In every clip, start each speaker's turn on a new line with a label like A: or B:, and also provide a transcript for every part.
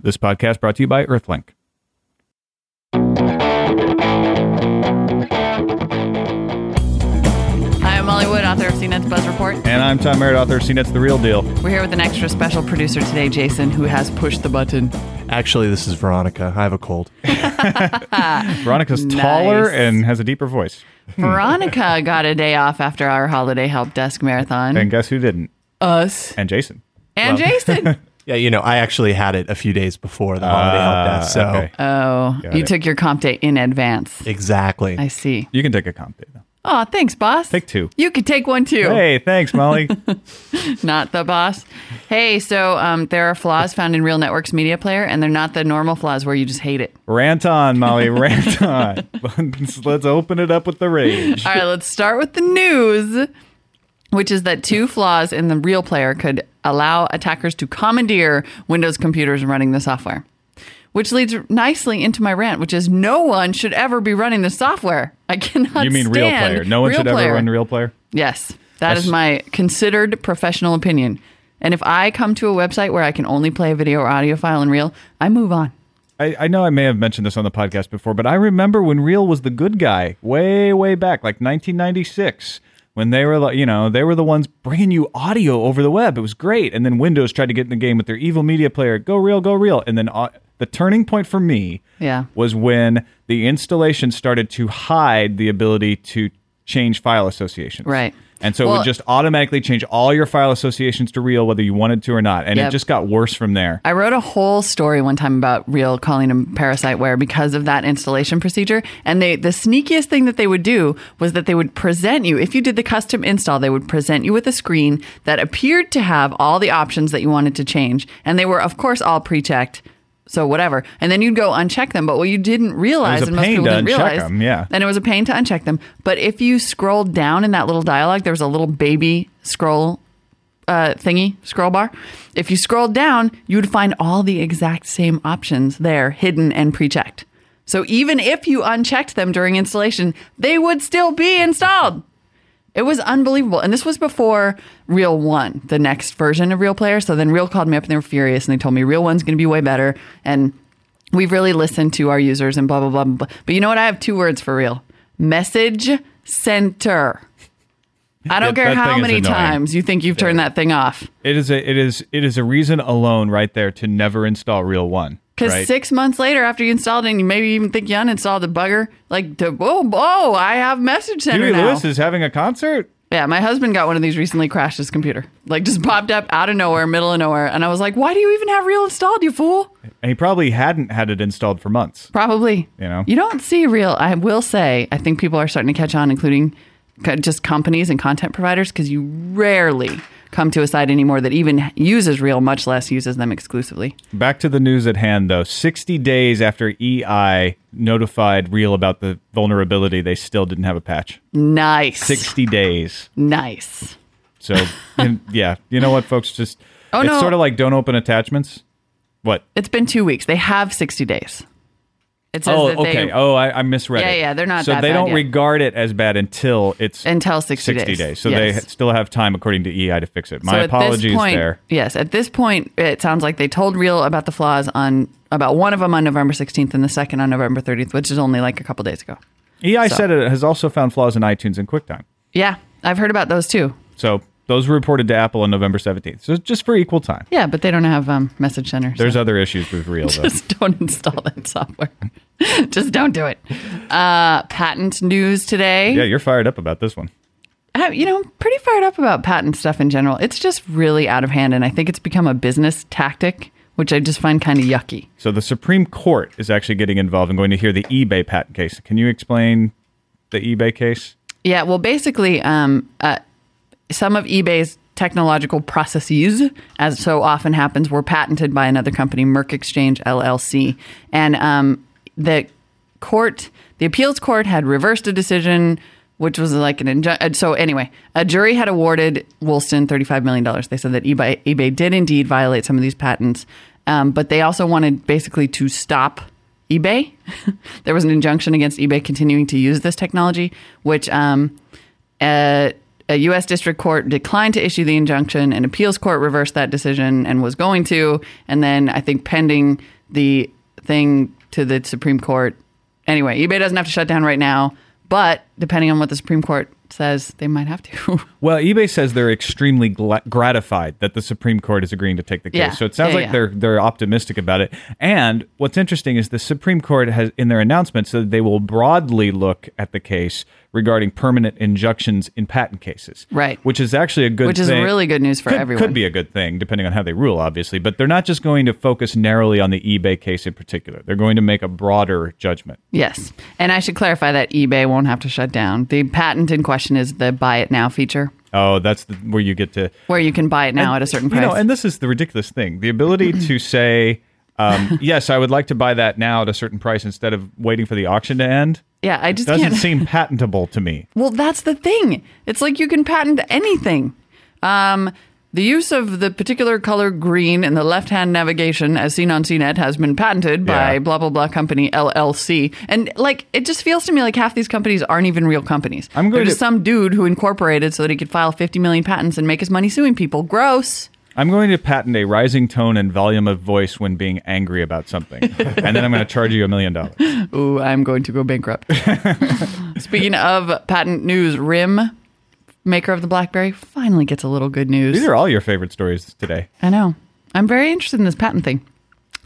A: This podcast brought to you by Earthlink.
B: Hi, I'm Molly Wood, author of CNET's Buzz Report.
A: And I'm Tom Merritt, author of CNET's The Real Deal.
B: We're here with an extra special producer today, Jason, who has pushed the button.
C: Actually, this is Veronica. I have a cold.
A: Veronica's taller
B: Nice.
A: and has a deeper voice.
B: Veronica got a day off after our holiday help desk marathon.
A: And guess who didn't?
B: Us
A: And Jason.
B: and Jason.
C: Yeah, you know, I actually had it a few days before the holiday help desk. So
A: Uh, Ah, okay.
B: Oh, you
A: it.
B: took your comp day in advance.
C: exactly.
B: I see.
A: You can take a comp day, though.
B: Oh, thanks, boss.
A: Take two.
B: You could take one too.
A: Hey, thanks, Molly.
B: Not the boss. Hey, so um, there are flaws found in Real Networks Media Player, and they're not the normal flaws where you just hate it.
A: rant on, Molly, rant on. let's, let's open it up with the rage.
B: All right, let's start with the news, which is that two flaws in the real player could allow attackers to commandeer Windows computers running the software. Which leads nicely into my rant, which is no one should ever be running the software. I cannot.
A: You mean real
B: stand
A: player? No one
B: real
A: should
B: player.
A: ever run real player?
B: Yes, that is my considered professional opinion. And if I come to a website where I can only play a video or audio file in real, I move on.
A: I, I know I may have mentioned this on the podcast before, but I remember when Real was the good guy way, way back, like 1996, when they were, like, you know, they were the ones bringing you audio over the web. It was great. And then Windows tried to get in the game with their evil media player, go Real, go Real. And then uh, the turning point for me
B: Yeah.
A: was when the installation started to hide the ability to change file associations.
B: Right.
A: And so it
B: Well-
A: would just automatically change all your file associations to Real, whether you wanted to or not. And
B: Yep.
A: it just got worse from there.
B: I wrote a whole story one time about real calling them parasite ware because of that installation procedure. And they the sneakiest thing that they would do was that they would present you, if you did the custom install, they would present you with a screen that appeared to have all the options that you wanted to change. And they were, of course, all pre checked. So whatever. And then you'd go uncheck them. But what you didn't realize,
A: a
B: and most
A: pain
B: people
A: to
B: didn't
A: uncheck
B: realize
A: them, yeah.
B: and it was a pain to uncheck them. But if you scrolled down in that little dialogue, there was a little baby scroll uh, thingy, scroll bar. If you scrolled down, you would find all the exact same options there, hidden and pre-checked. So even if you unchecked them during installation, they would still be installed. It was unbelievable. And this was before Real One, the next version of Real Player. So then Real called me up and they were furious and they told me Real One's going to be way better. And we've really listened to our users and blah, blah, blah, blah. blah. But you know what? I have two words for real message center. I don't
A: Yeah,
B: care
A: that
B: how
A: thing is
B: many
A: annoying.
B: times you think you've turned that thing off.
A: It is a it is it is a reason alone right there to never install Real One.
B: Because
A: right?
B: six months later, after you installed it, and you maybe even think you uninstalled the bugger, like, to, oh, oh, I have message center
A: Huey
B: now.
A: Lewis is having a concert.
B: Yeah, my husband got one of these recently, crashed his computer. Like just popped up out of nowhere, middle of nowhere. And I was like, why do you even have real installed, you fool?
A: And he probably hadn't had it installed for months.
B: Probably.
A: You know?
B: You don't see real. I will say, I think people are starting to catch on, including co- just companies and content providers, because you rarely come to a site anymore that even uses real, much less uses them exclusively.
A: Back to the news at hand though. 60 days after EI notified Real about the vulnerability, they still didn't have a patch.
B: Nice.
A: 60 days.
B: Nice.
A: So and, yeah, you know what folks just
B: Oh,
A: it's
B: no.
A: sort of like don't open attachments. What?
B: It's been two weeks. They have 60 days. It says
A: Oh,
B: that they
A: okay. oh, I, I misread
B: Yeah,
A: it.
B: yeah, they're not
A: So
B: that
A: they
B: bad
A: don't
B: yet.
A: regard it as bad until it's
B: until 60,
A: 60 days. So
B: Yes.
A: they still have time, according to EI, to fix it. My
B: So at this
A: apologies
B: point-
A: there.
B: Yes, at this point, it sounds like they told Real about the flaws on about one of them on November 16th and the second on November 30th, which is only like a couple days ago.
A: EI
B: So-
A: E said it has also found flaws in iTunes and QuickTime.
B: Yeah, I've heard about those too.
A: So those were reported to Apple on November 17th. So just for equal time.
B: Yeah, but they don't have um, message centers.
A: There's other issues with Real, though.
B: just don't install that software. just don't do it. Uh, patent news today.
A: yeah, you're fired up about this one.
B: I- you know, I'm pretty fired up about patent stuff in general. It's just really out of hand, and I think it's become a business tactic, which I just find kind of yucky.
A: So the Supreme Court is actually getting involved and going to hear the eBay patent case. Can you explain the eBay case?
B: Yeah, well, basically, um, uh, some of eBay's technological processes, as so often happens, were patented by another company, Merck Exchange LLC, and um, the court, the appeals court, had reversed a decision. Which was like an injunction. So, anyway, a jury had awarded Woolston $35 million. They said that eBay, eBay did indeed violate some of these patents, um, but they also wanted basically to stop eBay. there was an injunction against eBay continuing to use this technology, which um, uh, a U.S. district court declined to issue the injunction, and appeals court reversed that decision and was going to. And then I think pending the thing to the Supreme Court. Anyway, eBay doesn't have to shut down right now, but depending on what the Supreme Court says, they might have to.
A: Well, eBay says they're extremely gla- gratified that the Supreme Court is agreeing to take the case.
B: Yeah.
A: So it sounds
B: Yeah,
A: like
B: yeah.
A: they're they're optimistic about it. And what's interesting is the Supreme Court has in their announcement said they will broadly look at the case regarding permanent injunctions in patent cases.
B: Right.
A: Which is actually a good
B: Which is
A: thing.
B: really good news for
A: could,
B: everyone.
A: Could be a good thing depending on how they rule obviously, but they're not just going to focus narrowly on the eBay case in particular. They're going to make a broader judgment.
B: Yes. And I should clarify that eBay won't have to shut down. The patent in question is the buy it now feature,
A: Oh, that's the, where you get to
B: where you can buy it now at a certain price.
A: You know, and this is the ridiculous thing: the ability to say, um, "Yes, I would like to buy that now at a certain price," instead of waiting for the auction to end,
B: yeah, I just
A: doesn't
B: can't.
A: seem patentable to me.
B: well, that's the thing. It's like you can patent anything. Um, the use of the particular color green in the left hand navigation as seen on CNET has been patented
A: Yeah.
B: by blah, blah, blah company LLC. And like, it just feels to me like half these companies aren't even real companies.
A: I'm going
B: They're
A: to-
B: just some dude who incorporated so that he could file 50 million patents and make his money suing people. Gross.
A: I'm going to patent a rising tone and volume of voice when being angry about something, and then I'm going to charge you a million dollars.
B: Ooh, I'm going to go bankrupt. Speaking of patent news, RIM, maker of the BlackBerry, finally gets a little good news.
A: These are all your favorite stories today.
B: I know. I'm very interested in this patent thing.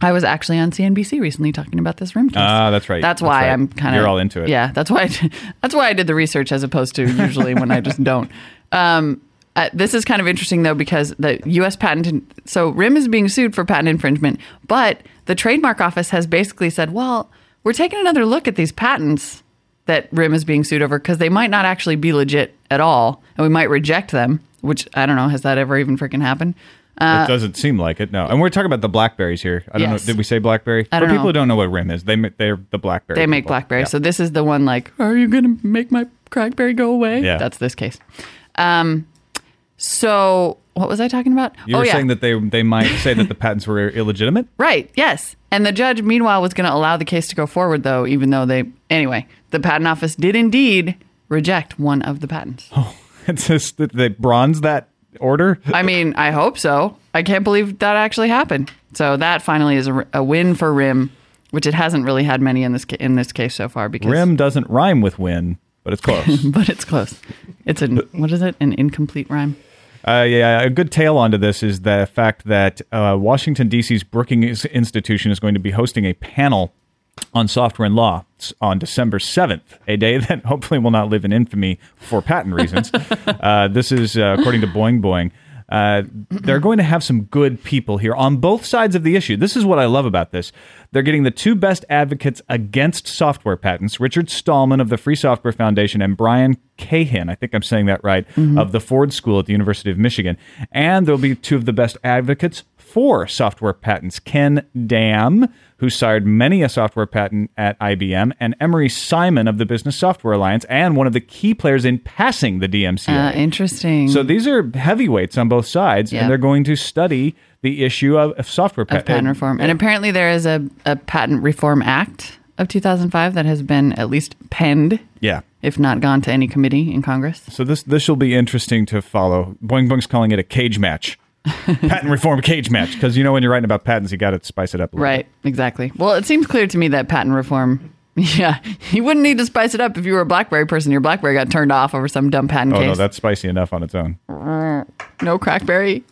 B: I was actually on CNBC recently talking about this RIM case.
A: Ah, that's right.
B: That's
A: That's
B: why
A: right.
B: I'm kind of
A: You're all into it.
B: Yeah, that's why I, that's why I did the research as opposed to usually when I just don't. Um, uh, this is kind of interesting though because the U.S. patent so RIM is being sued for patent infringement, but the trademark office has basically said, well, we're taking another look at these patents that RIM is being sued over because they might not actually be legit at all, and we might reject them. Which I don't know. Has that ever even freaking happened?
A: it doesn't seem like it. No, and we're talking about the blackberries here. I don't
B: Yes.
A: know. Did we say blackberry?
B: I don't
A: For people
B: know.
A: who don't know what rim is, they ma- they're the blackberry.
B: They make
A: people.
B: blackberry.
A: Yeah.
B: So this is the one like, are you going to make my crackberry go away?
A: Yeah.
B: That's this case. Um, so what was I talking about? Oh,
A: you were saying that they they might say that the patents were illegitimate.
B: Right. Yes. And the judge, meanwhile, was going to allow the case to go forward, though, even though they, anyway, the patent office did indeed reject one of the patents.
A: It's just that they bronze that order.
B: I mean, I hope so. I can't believe that actually happened. So that finally is a, a win for RIM, which it hasn't really had many in this ca- in this case so far. Because
A: Rim doesn't rhyme with win, but it's close.
B: but it's close. It's an what is it? An incomplete rhyme.
A: uh, yeah, a good tail onto this is the fact that uh, Washington D.C.'s Brookings Institution is going to be hosting a panel on software and law s- on December seventh, a day that hopefully will not live in infamy for patent reasons. uh, this is uh, according to Boing Boing. Uh, they're going to have some good people here on both sides of the issue. This is what I love about this. They're getting the two best advocates against software patents Richard Stallman of the Free Software Foundation and Brian Cahan, I think I'm saying that right, of the Ford School at the University of Michigan. And there'll be two of the best advocates for software patents Ken Dam, who sired many a software patent at IBM, and Emery Simon of the Business Software Alliance, and one of the key players in passing the DMCA.
B: Uh, interesting.
A: So these are heavyweights on both sides,
B: Yeah.
A: and they're going to study the issue of, of software uh,
B: of
A: patent.
B: patent reform, and apparently there is a, a patent reform act of 2005 that has been at least penned,
A: Yeah.
B: if not gone to any committee in Congress.
A: So this this will be interesting to follow. Boing Boing's calling it a cage match, patent reform cage match, because you know when you're writing about patents, you got to spice it up. A little
B: Right. Exactly. Well, it seems clear to me that patent reform. Yeah, you wouldn't need to spice it up if you were a BlackBerry person. Your BlackBerry got turned off over some dumb patent
A: bit. Oh
B: case.
A: no, that's spicy enough on its own.
B: no crackberry.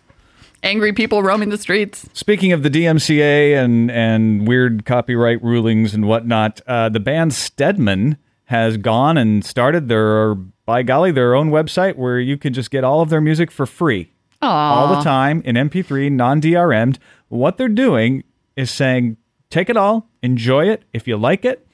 B: Angry people roaming the streets.
A: Speaking of the DMCA and and weird copyright rulings and whatnot, uh, the band Stedman has gone and started their by golly their own website where you can just get all of their music for free all the time in MP3, non DRM'd. What they're doing is saying, take it all, enjoy it. If you like it,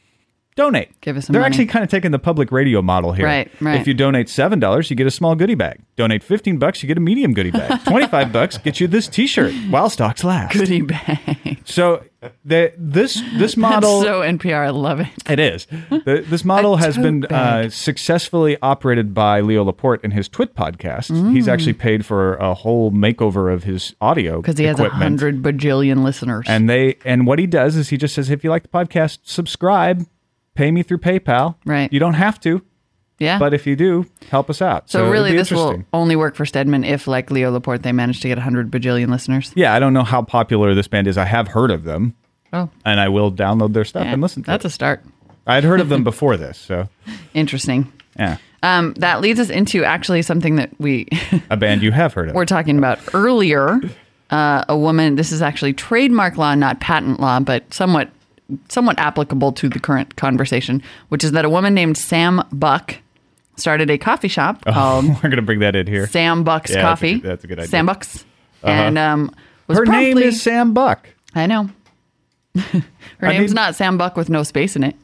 A: donate.
B: Give us some
A: They're
B: money.
A: actually kind of taking the public radio model here.
B: Right, right.
A: If you donate seven dollars, you get a small goodie bag. Donate fifteen bucks, you get a medium goodie bag. Twenty-five bucks gets you this T-shirt while stocks last.
B: Goodie bag.
A: So the, this this
B: That's
A: model
B: so NPR. I love it.
A: it is. The, this model
B: A
A: has
B: tote
A: been uh,
B: bag.
A: successfully operated by Leo Laporte in his Twit podcast.
B: Mm.
A: He's actually paid for a whole makeover of his audio
B: Because he has a
A: equipment.
B: hundred bajillion listeners.
A: And they and what he does is he just says, if you like the podcast, subscribe, pay me through PayPal.
B: Right.
A: You don't have to.
B: Yeah.
A: But if you do, help us out.
B: so
A: it'd
B: really,
A: be
B: this will
A: interesting.
B: only work for Stedman if, like Leo Laporte, they manage to get 100 bajillion listeners.
A: Yeah, I don't know how popular this band is. I have heard of them,
B: Oh,
A: and I will download their stuff
B: yeah.
A: and listen to
B: that's
A: it.
B: a start.
A: I'd heard of them before this, so
B: Interesting.
A: yeah,
B: Um, that leads us into actually something that we
A: a band you have heard of.
B: were talking about earlier. Uh, a woman. This is actually trademark law, not patent law, but somewhat somewhat applicable to the current conversation, which is that a woman named Sam Buck started a coffee shop called
A: We're gonna bring that in here.
B: Sam Buck's
A: Oh. Yeah, that's a
B: Coffee.
A: good- that's a good idea. Uh-huh.
B: Sam Buck's, and um, was
A: Her
B: promptly,
A: name is Sam Buck.
B: I know. Her
A: I
B: name's
A: mean-
B: not Sam Buck with no space in it.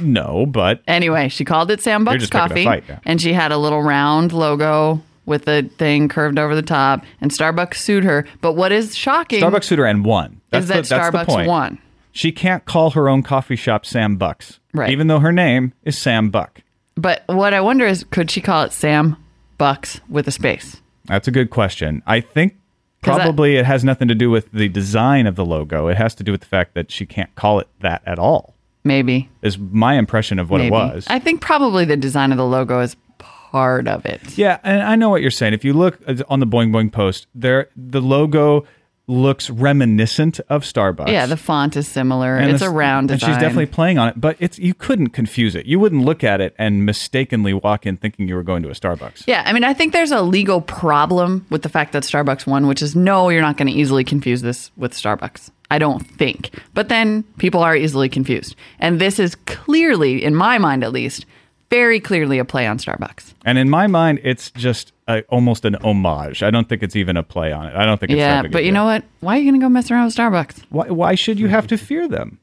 A: No, but
B: Anyway, she called it Sam Buck's
A: just picking a
B: Coffee,
A: fight, yeah.
B: and she had a little round logo with a thing curved over the top, and Starbucks sued her. But what is shocking
A: Starbucks sued her and won. That's
B: is that
A: the, that's the
B: Starbucks
A: point.
B: won.
A: She can't call her own coffee shop Sam Bucks,
B: Right.
A: Even though her name is Sam Buck.
B: But what I wonder is, could she call it Sam Bucks with a space?
A: That's a good question. I think
B: 'Cause I-
A: probably it has nothing to do with the design of the logo. It has to do with the fact that she can't call it that at all.
B: Maybe.
A: Is my impression of what
B: maybe.
A: it was.
B: I think probably the design of the logo is part of it.
A: Yeah, and I know what you're saying. If you look at- on the Boing Boing post, there the logo looks reminiscent of Starbucks.
B: Yeah, the font is similar. it's a
A: this-
B: round design.
A: And she's definitely playing on it, but it's you couldn't confuse it. You wouldn't look at it and mistakenly walk in thinking you were going to a Starbucks.
B: Yeah, I mean, I think there's a legal problem with the fact that Starbucks won, which is no, you're not going to easily confuse this with Starbucks. I don't think. But then people are easily confused. And this is clearly, in my mind at least, very clearly a play on Starbucks.
A: And in my mind, it's just a, almost an homage. I don't think it's even a play on it. I don't think it's that
B: yeah,
A: big a
B: but you
A: deal.
B: know what? Why are you going to go mess around with Starbucks?
A: why, why should you have to fear them?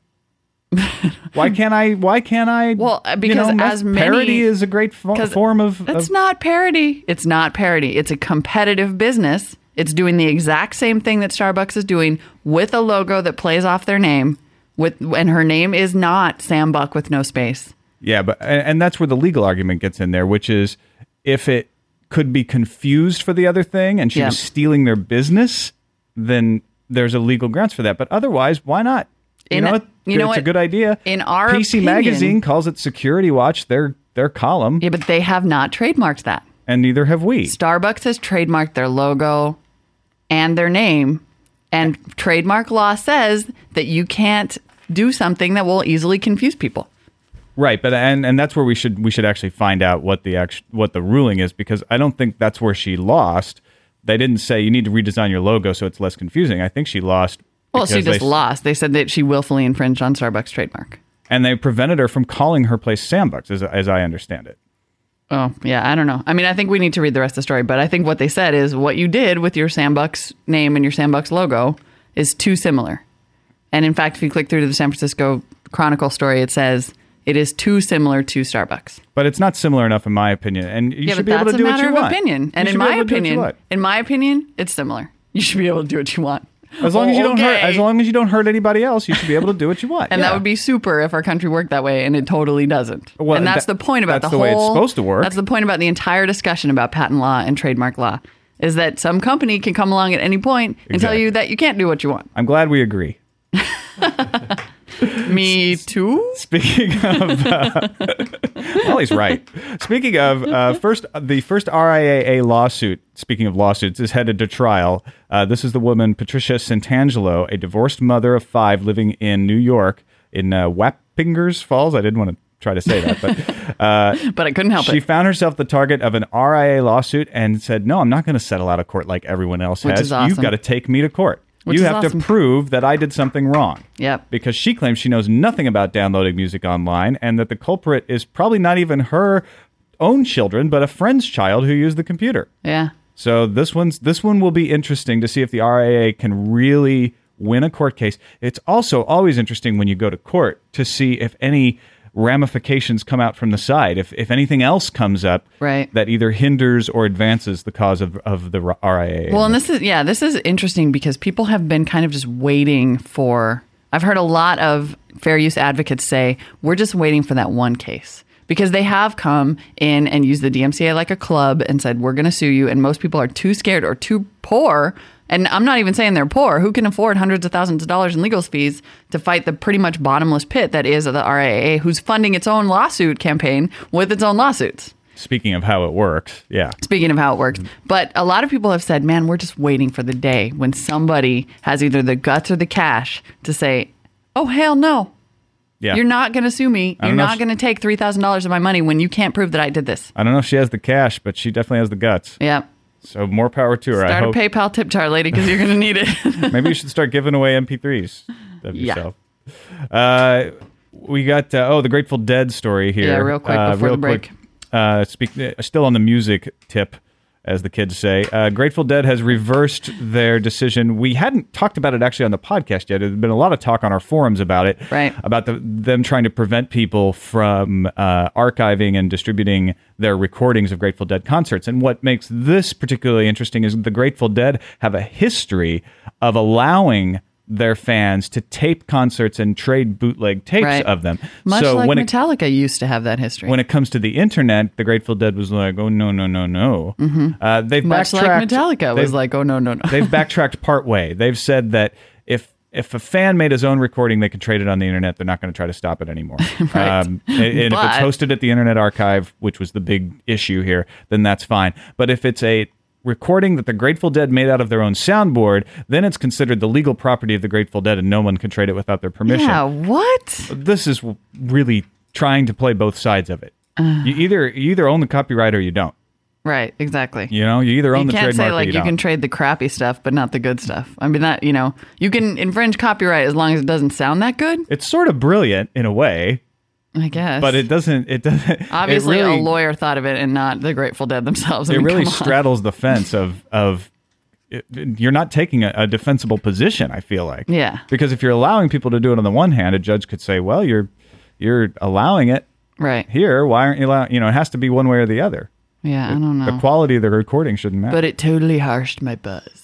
A: why can't I? Why can't I?
B: Well, uh,
A: you
B: because
A: know,
B: as many-
A: parody is a great fo-
B: 'Cause
A: form of,
B: That's
A: of
B: not parody. It's not parody. It's a competitive business. It's doing the exact same thing that Starbucks is doing with a logo that plays off their name. With and her name is not Sam Buck with no space.
A: Yeah, but and, and that's where the legal argument gets in there, which is if it could be confused for the other thing and she
B: Yeah.
A: was stealing their business, then there's a legal grounds for that. But otherwise, why not? You
B: In-
A: know, what?
B: you know
A: it's a
B: what?
A: good idea.
B: In our
A: PC
B: opinion-
A: Magazine calls it Security Watch their their column,
B: Yeah, but they have not trademarked that.
A: and neither have we.
B: Starbucks has trademarked their logo and their name, and trademark law says that you can't do something that will easily confuse people.
A: Right, but and and that's where we should we should actually find out what the act, what the ruling is because I don't think that's where she lost. They didn't say you need to redesign your logo so it's less confusing. I think she lost.
B: Well, she
A: because
B: just
A: they-
B: lost. They said that she willfully infringed on Starbucks trademark.
A: and they prevented her from calling her place Sandbox, as, as I understand it.
B: Oh, yeah, I don't know. I mean, I think we need to read the rest of the story, but I think what they said is what you did with your Sandbox name and your Sandbox logo is too similar. And in fact, if you click through to the San Francisco Chronicle story, it says it is too similar to Starbucks.
A: But it's not similar enough, in my opinion. And you
B: yeah,
A: should be
B: but
A: able to
B: that's
A: do
B: a
A: what
B: matter
A: you
B: of
A: want.
B: opinion. And
A: You
B: in
A: should be
B: my
A: able to do what you
B: opinion,
A: want.
B: in my opinion, it's similar. You should be able to do what you want.
A: as long as you don't hurt,
B: Okay.
A: as long as you don't hurt anybody else, you should be able to do what you want.
B: And
A: Yeah.
B: that would be super if our country worked that way, and it totally doesn't.
A: Well,
B: and that's
A: that-
B: the point about
A: that's
B: the,
A: the way
B: whole.
A: it's supposed to work.
B: That's the point about the entire discussion about patent law and trademark law is that some company can come along at any point and tell
A: Exactly.
B: you that you can't do what you want.
A: I'm glad we agree.
B: Me too.
A: Speaking of, uh, Molly's right. Speaking of, uh, first the first RIAA lawsuit. Speaking of lawsuits, is headed to trial. Uh, this is the woman Patricia Santangelo, a divorced mother of five living in New York in uh, Wappingers Falls. I didn't want to try to say that, but
B: But I couldn't help
A: She
B: it.
A: found herself the target of an RIA lawsuit and said, "No, I'm not going to settle out of court like everyone else
B: Which
A: has.
B: is awesome.
A: You've got to take me to court.
B: Which
A: you
B: is
A: have
B: awesome.
A: to prove that I did something wrong."
B: Yep.
A: Because she claims she knows nothing about downloading music online and that the culprit is probably not even her own children, but a friend's child who used the computer.
B: Yeah.
A: So this one's this one will be interesting to see if the RIA can really win a court case. It's also always interesting when you go to court to see if any ramifications come out from the side, if if anything else comes up
B: Right.
A: that either hinders or advances the cause of, of the RIA.
B: Well, and this is yeah, this is interesting because people have been kind of just waiting for. I've heard a lot of fair use advocates say we're just waiting for that one case because they have come in and used the DMCA like a club and said, we're going to sue you. And most people are too scared or too poor. And I'm not even saying they're poor. Who can afford hundreds of thousands of dollars in legal fees to fight the pretty much bottomless pit that is the RIAA, who's funding its own lawsuit campaign with its own lawsuits?
A: Speaking of how it works, yeah.
B: Speaking of how it works,
A: Mm-hmm.
B: but a lot of people have said, man, we're just waiting for the day when somebody has either the guts or the cash to say, oh, hell no.
A: Yeah.
B: You're not going to sue me. You're
A: don't know
B: not
A: if-
B: going to take $3,000 of my money when you can't prove that I did this.
A: I don't know if she has the cash, but she definitely has the guts.
B: Yeah.
A: So more power to her. I
B: Start a
A: hope
B: PayPal tip jar, lady, because you're going to need it.
A: maybe you should start giving away MP3s of
B: Yeah.
A: yourself. Uh, we got uh, oh the Grateful Dead story here.
B: Yeah, real quick
A: Uh,
B: before
A: real
B: the break.
A: quick. Uh, speak, uh, still on the music tip, as the kids say. Uh, Grateful Dead has reversed their decision. We hadn't talked about it actually on the podcast yet. There's been a lot of talk on our forums about it,
B: Right.
A: About the, them trying to prevent people from uh, archiving and distributing their recordings of Grateful Dead concerts. And what makes this particularly interesting is the Grateful Dead have a history of allowing their fans to tape concerts and trade bootleg tapes
B: Right.
A: of them.
B: Much
A: so
B: like
A: when it
B: Metallica used to have that history.
A: when it comes to the internet, the Grateful Dead was like, "Oh no, no, no, no." Uh, they've
B: Mm-hmm. Much like
A: backtracked-
B: Metallica was
A: they've-
B: like, oh, no, no, no.
A: they've backtracked partway. They've said that if if a fan made his own recording, they can trade it on the internet. They're not going to try to stop it anymore. Um,
B: Right.
A: and and if it's
B: But-
A: hosted at the Internet Archive, which was the big issue here, then that's fine. But if it's a recording that the Grateful Dead made out of their own soundboard, then it's considered the legal property of the Grateful Dead, and no one can trade it without their permission
B: yeah, what?
A: this is really trying to play both sides of it.
B: Ah.
A: you either you either own the copyright or you don't.
B: Right, exactly.
A: You know, you either own
B: you
A: the
B: can't
A: trademark
B: say like
A: or you,
B: you
A: don't.
B: can trade the crappy stuff but not the good stuff i mean that you know you can infringe copyright as long as it doesn't sound that good
A: it's sort of brilliant in a way,
B: i guess
A: but it doesn't. It doesn't. it
B: obviously
A: really-
B: a lawyer thought of it and not the grateful dead themselves I
A: It
B: mean,
A: really
B: come on.
A: straddles the fence of of. it- You're not taking a, a defensible position. I feel like,
B: Yeah.
A: because if you're allowing people to do it on the one hand, a judge could say, "Well, you're you're allowing it
B: right
A: here. Why aren't you allowing?" You know, it has to be one way or the other.
B: yeah i don't
A: The
B: know
A: quality of the recording shouldn't matter.
B: but it totally harshed my buzz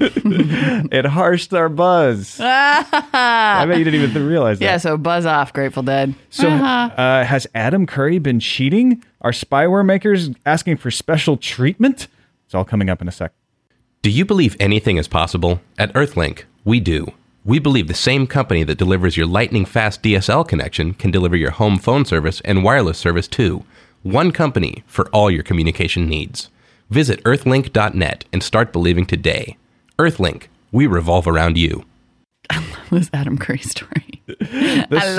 A: it harshed our buzz. I bet you didn't even realize that.
B: yeah so buzz off grateful dead
A: So,
B: Uh-huh.
A: uh, has Adam Curry been cheating? Are spyware makers asking for special treatment? It's all coming up in a sec.
D: Do you believe anything is possible? At Earthlink, we do. We believe the same company that delivers your lightning fast DSL connection can deliver your home phone service and wireless service too. One company for all your communication needs. Visit earthlink.net and start believing today. Earthlink, we revolve around you.
B: this adam curry story
A: This,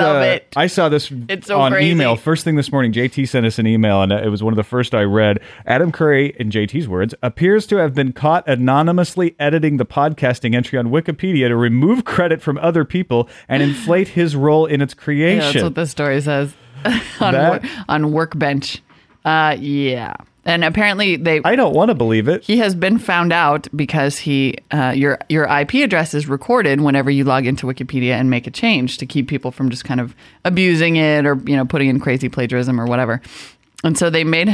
A: uh,
B: love it.
A: I saw this
B: It's so
A: on
B: crazy.
A: email first thing this morning. JT sent us an email, and uh, it was one of the first I read. Adam Curry, in JT's words, appears to have been caught anonymously editing the podcasting entry on Wikipedia to remove credit from other people and inflate his role in its creation.
B: Yeah, that's what this story says on,
A: That-
B: wor- on workbench uh yeah and apparently they
A: I don't want to believe it.
B: he has been found out because he uh, your your IP address is recorded whenever you log into Wikipedia and make a change to keep people from just kind of abusing it or you know putting in crazy plagiarism or whatever. And so they made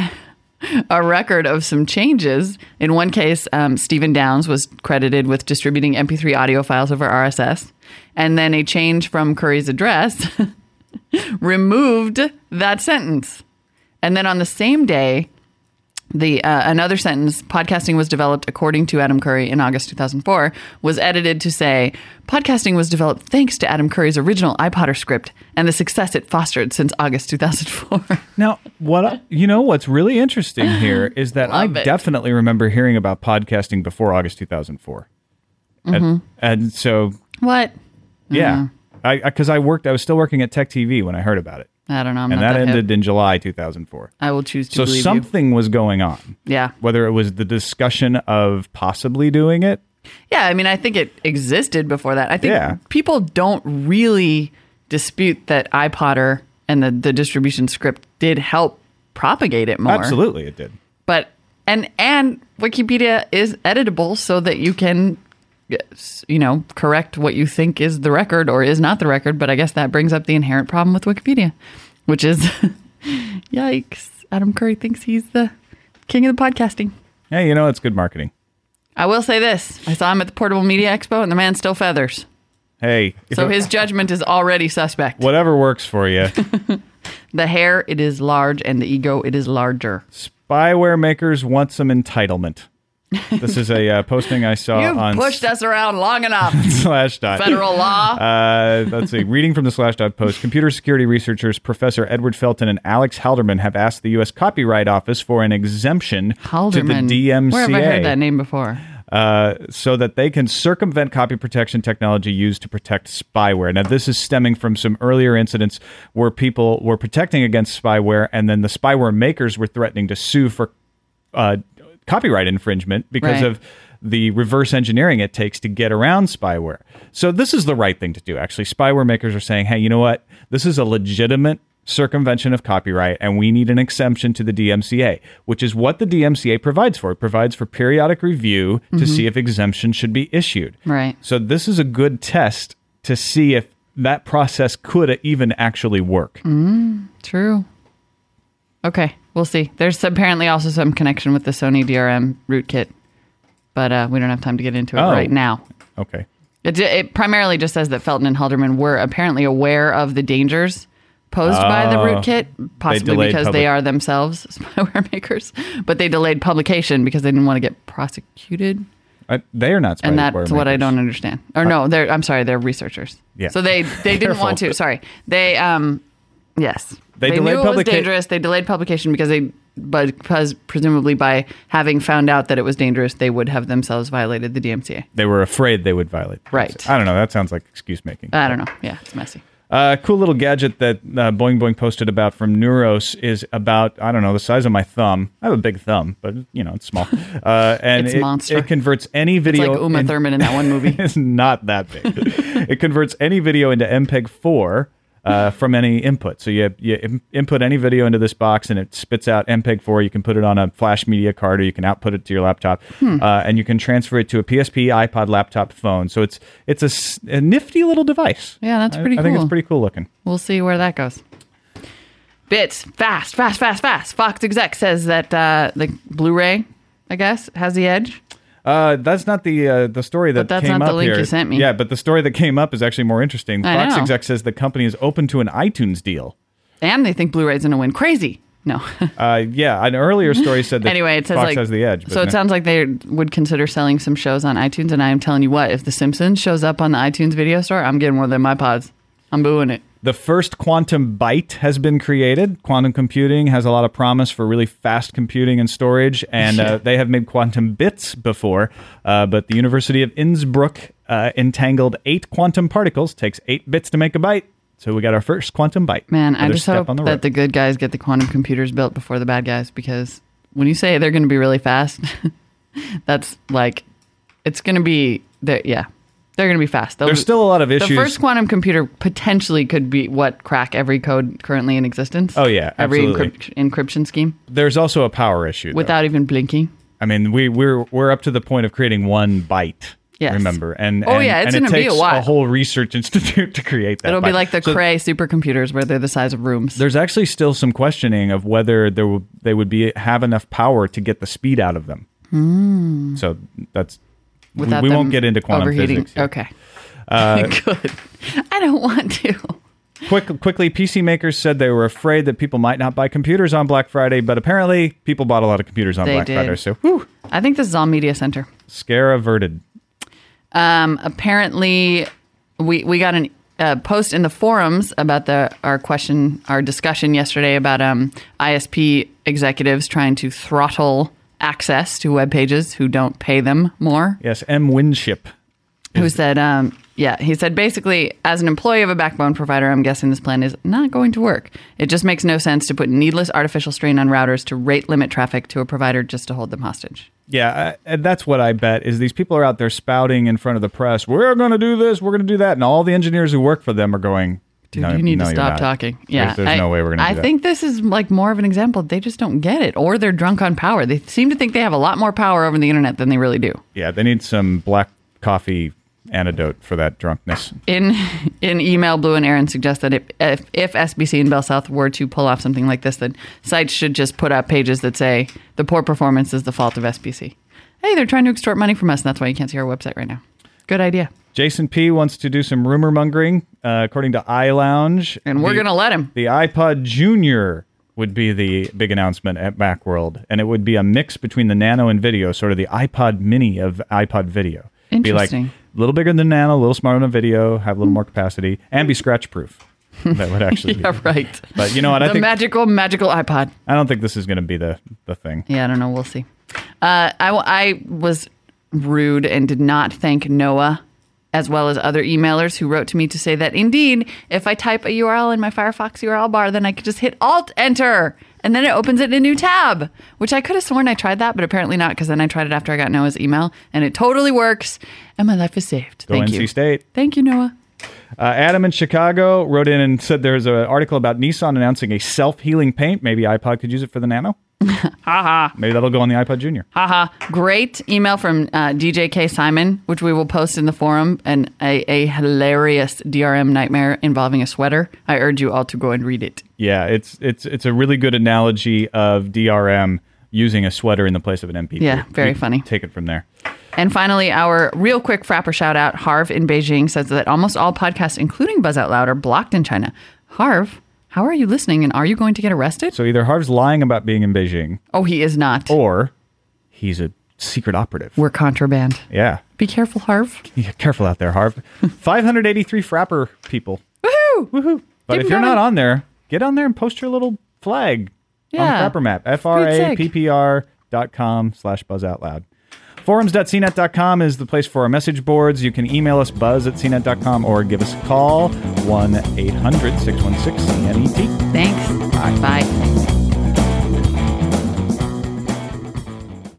B: a record of some changes. In one case, um, Stephen Downs was credited with distributing MP3 audio files over RSS, and then a change from Curry's address removed that sentence. And then on the same day, the uh, another sentence podcasting was developed according to adam curry in august 2004 was edited to say podcasting was developed thanks to adam curry's original ipotter script and the success it fostered since august 2004
A: Now, what I- you know, what's really interesting here is that I
B: Love it.
A: definitely remember hearing about podcasting before August 2004, and,
B: Mm-hmm.
A: and so
B: what
A: yeah,
B: Mm-hmm.
A: I because I, worked, I was still working at Tech TV when I heard about it,
B: i don't know i'm
A: and
B: not
A: that
B: that, hip.
A: ended in July 2004.
B: i will choose to
A: So
B: believe
A: something was going on,
B: you yeah
A: whether it was the discussion of possibly doing it.
B: Yeah, I mean, I think it existed before that. I think
A: Yeah.
B: people don't really dispute that iPodder and the, the distribution script did help propagate it more.
A: Absolutely, it did.
B: But and and Wikipedia is editable so that you can yes, you know, correct what you think is the record or is not the record, but I guess that brings up the inherent problem with Wikipedia, which is yikes. Adam Curry thinks he's the king of the podcasting.
A: Yeah, you know, it's good marketing.
B: I will say this. I saw him at the Portable Media Expo and the man still feathers.
A: Hey, if
B: So
A: it-
B: his judgment is already suspect.
A: whatever works for you.
B: The hair, it is large, and the ego, it is larger.
A: Spyware makers want some entitlement. This is a uh, posting I saw
B: You've
A: on
B: pushed us around long enough.
A: Slashdot.
B: Federal law.
A: Uh, let's see. Reading from the Slashdot post, computer security researchers Professor Edward Felton and Alex Halderman have asked the U.S. Copyright Office for an exemption
B: Halderman.
A: to the DMCA
B: Where have I heard that name before?
A: uh, so that they can circumvent copy protection technology used to protect spyware. Now, this is stemming from some earlier incidents where people were protecting against spyware, and then the spyware makers were threatening to sue for uh, copyright infringement because
B: Right.
A: of the reverse engineering it takes to get around spyware. So, this is the right thing to do, actually. Spyware makers are saying, hey, you know what? This is a legitimate circumvention of copyright and we need an exemption to the DMCA, which is what the DMCA provides for. It provides for periodic review to see if exemption should be issued.
B: Mm-hmm. Right.
A: So this is a good test to see if that process could even actually work.
B: Mm. True. Okay, we'll see. There's apparently also some connection with the Sony DRM rootkit, but uh, we don't have time to get into it
A: Oh.
B: right now.
A: Okay.
B: It, ju- it primarily just says that Felton and Halderman were apparently aware of the dangers posed by the rootkit, possibly
A: Oh. delayed
B: because
A: public-
B: they are themselves spyware makers, but they delayed publication because they didn't want to get prosecuted.
A: Uh, they are not spyware.
B: And that's what I
A: makers.
B: don't understand. Or no, they're I'm sorry, they're researchers.
A: Yeah.
B: So they they didn't want
A: Careful.
B: to. Sorry. They um yes.
A: They
B: knew
A: delayed
B: it was
A: publica-
B: dangerous. They delayed publication because they but because presumably by having found out that it was dangerous, they would have themselves violated the DMCA.
A: They were afraid they would violate. the
B: Right.
A: policy. I don't know. That sounds like excuse making.
B: I don't know. Yeah, it's messy.
A: Uh, cool little gadget that uh, Boing Boing posted about from Neuros is about I don't know the size of my thumb. I have a big thumb, but you know it's small. Uh, and
B: It's
A: it,
B: monster.
A: it converts any
B: It's
A: video.
B: like Uma
A: in-
B: Thurman in that one movie.
A: it's not that big. it converts any video into MPEG four. Uh, from any input, so you you im- input any video into this box, and it spits out MPEG four. You can put it on a flash media card, or you can output it to your laptop,
B: Hmm.
A: uh, and you can transfer it to a PSP, iPod, laptop, phone. So it's it's a, s- a nifty little device.
B: Yeah, that's
A: I-
B: pretty
A: I think it's
B: cool.
A: pretty cool looking.
B: We'll see where that goes. Bits fast, fast, fast, fast. Fox exec says that uh, the Blu-ray, I guess, has the edge.
A: Uh, that's not the uh, the story that
B: that's
A: came
B: not the
A: up
B: link
A: here.
B: you sent me.
A: Yeah, but the story that came up is actually more interesting.
B: I
A: Fox
B: know.
A: exec says the company is open to an iTunes deal.
B: And they think Blu-ray's gonna win. Crazy. No.
A: Uh, yeah, an earlier story said that
B: anyway, it says
A: Fox
B: like
A: has the edge. But
B: so it
A: no.
B: sounds like they would consider selling some shows on iTunes. And I am telling you what, if The Simpsons shows up on the iTunes video store, I'm getting one of them iPods. I'm booing it.
A: the first quantum byte has been created. Quantum computing has a lot of promise for really fast computing and storage, and uh, they have made quantum bits before. Uh, but the University of Innsbruck uh, entangled eight quantum particles. Takes eight bits to make a byte. So we got our first quantum byte.
B: Man, I
A: Another
B: just
A: step
B: hope
A: on the road.
B: that the good guys get the quantum computers built before the bad guys because when you say they're going to be really fast, that's like it's going to be they're- yeah, they're going to be fast. They'll
A: There's
B: be-
A: still a lot of issues.
B: The first quantum computer potentially could be what crack every code currently in existence.
A: Oh, yeah,
B: every
A: absolutely.
B: encrypt- encryption scheme
A: There's also a power issue. though.
B: without even blinking.
A: I mean, we we're we're up to the point of creating one byte.
B: Yes.
A: Remember, and
B: Oh,
A: and-
B: yeah, it's
A: and it
B: gonna be
A: takes
B: a while.
A: whole research institute to create that.
B: It'll be
A: byte.
B: like the
A: So
B: Cray supercomputers where they're the size of rooms.
A: There's actually still some questioning of whether there will, they would be have enough power to get the speed out of them. So that's we,
B: Hmm. without
A: we won't
B: them
A: get into quantum
B: overheating.
A: physics. Uh, here.
B: Okay. Good. I don't want to.
A: Quick, quickly, PC makers said they were afraid that people might not buy computers on Black Friday, but apparently people bought a lot of computers on
B: They
A: Black
B: did.
A: Friday. So, whew,
B: I think this is all Media Center.
A: scare averted.
B: Um, apparently, we we got an. uh post in the forums about the our question our discussion yesterday about um, ISP executives trying to throttle access to web pages who don't pay them more
A: Yes, M Winship.
B: who said, um, yeah, he said basically, as an employee of a backbone provider, I'm guessing this plan is not going to work. It just makes no sense to put needless artificial strain on routers to rate limit traffic to a provider just to hold them hostage.
A: Yeah, I, and that's what I bet is these people are out there spouting in front of the press, "We're going to do this, we're going to do that," and all the engineers who work for them are going,
B: Dude,
A: "No,
B: you need
A: no,
B: to
A: you're
B: stop
A: not.
B: talking.
A: There's-
B: Yeah,
A: there's, no way we're going to."
B: I
A: do
B: think this is like more of an example. They just don't get it, or they're drunk on power. They seem to think they have a lot more power over the internet than they really do.
A: that. yeah, they need some black coffee antidote for that drunkenness.
B: In in email, Blue and Aaron suggest that if, if if SBC and Bell South were to pull off something like this, then sites should just put up pages that say the poor performance is the fault of SBC. Hey, they're trying to extort money from us, and that's why you can't see our website right now. Good idea.
A: Jason P wants to do some rumor mongering, uh, according to iLounge.
B: and we're
A: the-
B: gonna let him.
A: The iPod Junior would be the big announcement at Macworld, and it would be a mix between the Nano and Video, sort of the iPod Mini of iPod Video. Be
B: Interesting.
A: like a little bigger than Nano, a little smarter than Video, have a little more capacity, and be scratch proof. That would actually be.
B: Yeah, right.
A: But you know what? I
B: the
A: think
B: magical, magical iPod.
A: I don't think this is going to be the the thing.
B: Yeah, I don't know. We'll see. Uh, I, w- I was rude and did not thank Noah as well as other emailers who wrote to me to say that indeed, if I type a URL in my Firefox URL bar, then I could just hit Alt Enter and then it opens it in a new tab, which I could have sworn I tried that, but apparently not because then I tried it after I got Noah's email and it totally works and my life is saved.
A: Go
B: Thank
A: NC
B: you.
A: State.
B: Thank you, Noah.
A: Uh, Adam in Chicago wrote in and said there's an article about Nissan announcing a self healing paint. Maybe iPod could use it for the Nano. ha ha. Maybe that'll go on the iPod Junior.
B: Haha. Uh, Great email from uh, DJ K. Simon, which we will post in the forum, and a, a hilarious DRM nightmare involving a sweater. I urge you all to go and read it.
A: Yeah, it's it's it's a really good analogy of DRM using a sweater in the place of an MP3.
B: Yeah, very
A: You can
B: funny.
A: Take it from there.
B: And finally, our real quick frapper shout out Harv in Beijing says that almost all podcasts, including Buzz Out Loud, are blocked in China. Harv, how are you listening and are you going to get arrested?
A: So either Harv's lying about being in Beijing,
B: Oh, he is not.
A: or he's a secret operative.
B: We're contraband.
A: Yeah,
B: Be careful, Harv.
A: Yeah, careful out there, Harv. Five hundred eighty-three Frapper people.
B: Woohoo! Woohoo!
A: But if you're not on there, get on there and post your little flag
B: Yeah.
A: on Frapper Map. F R
B: Pretty
A: A
B: sick.
A: P P R dot com slash buzz out loud. Forums.cnet.com is the place for our message boards. You can email us buzz at cnet.com or give us a call 1 800 616 CNET.
B: Thanks. Bye.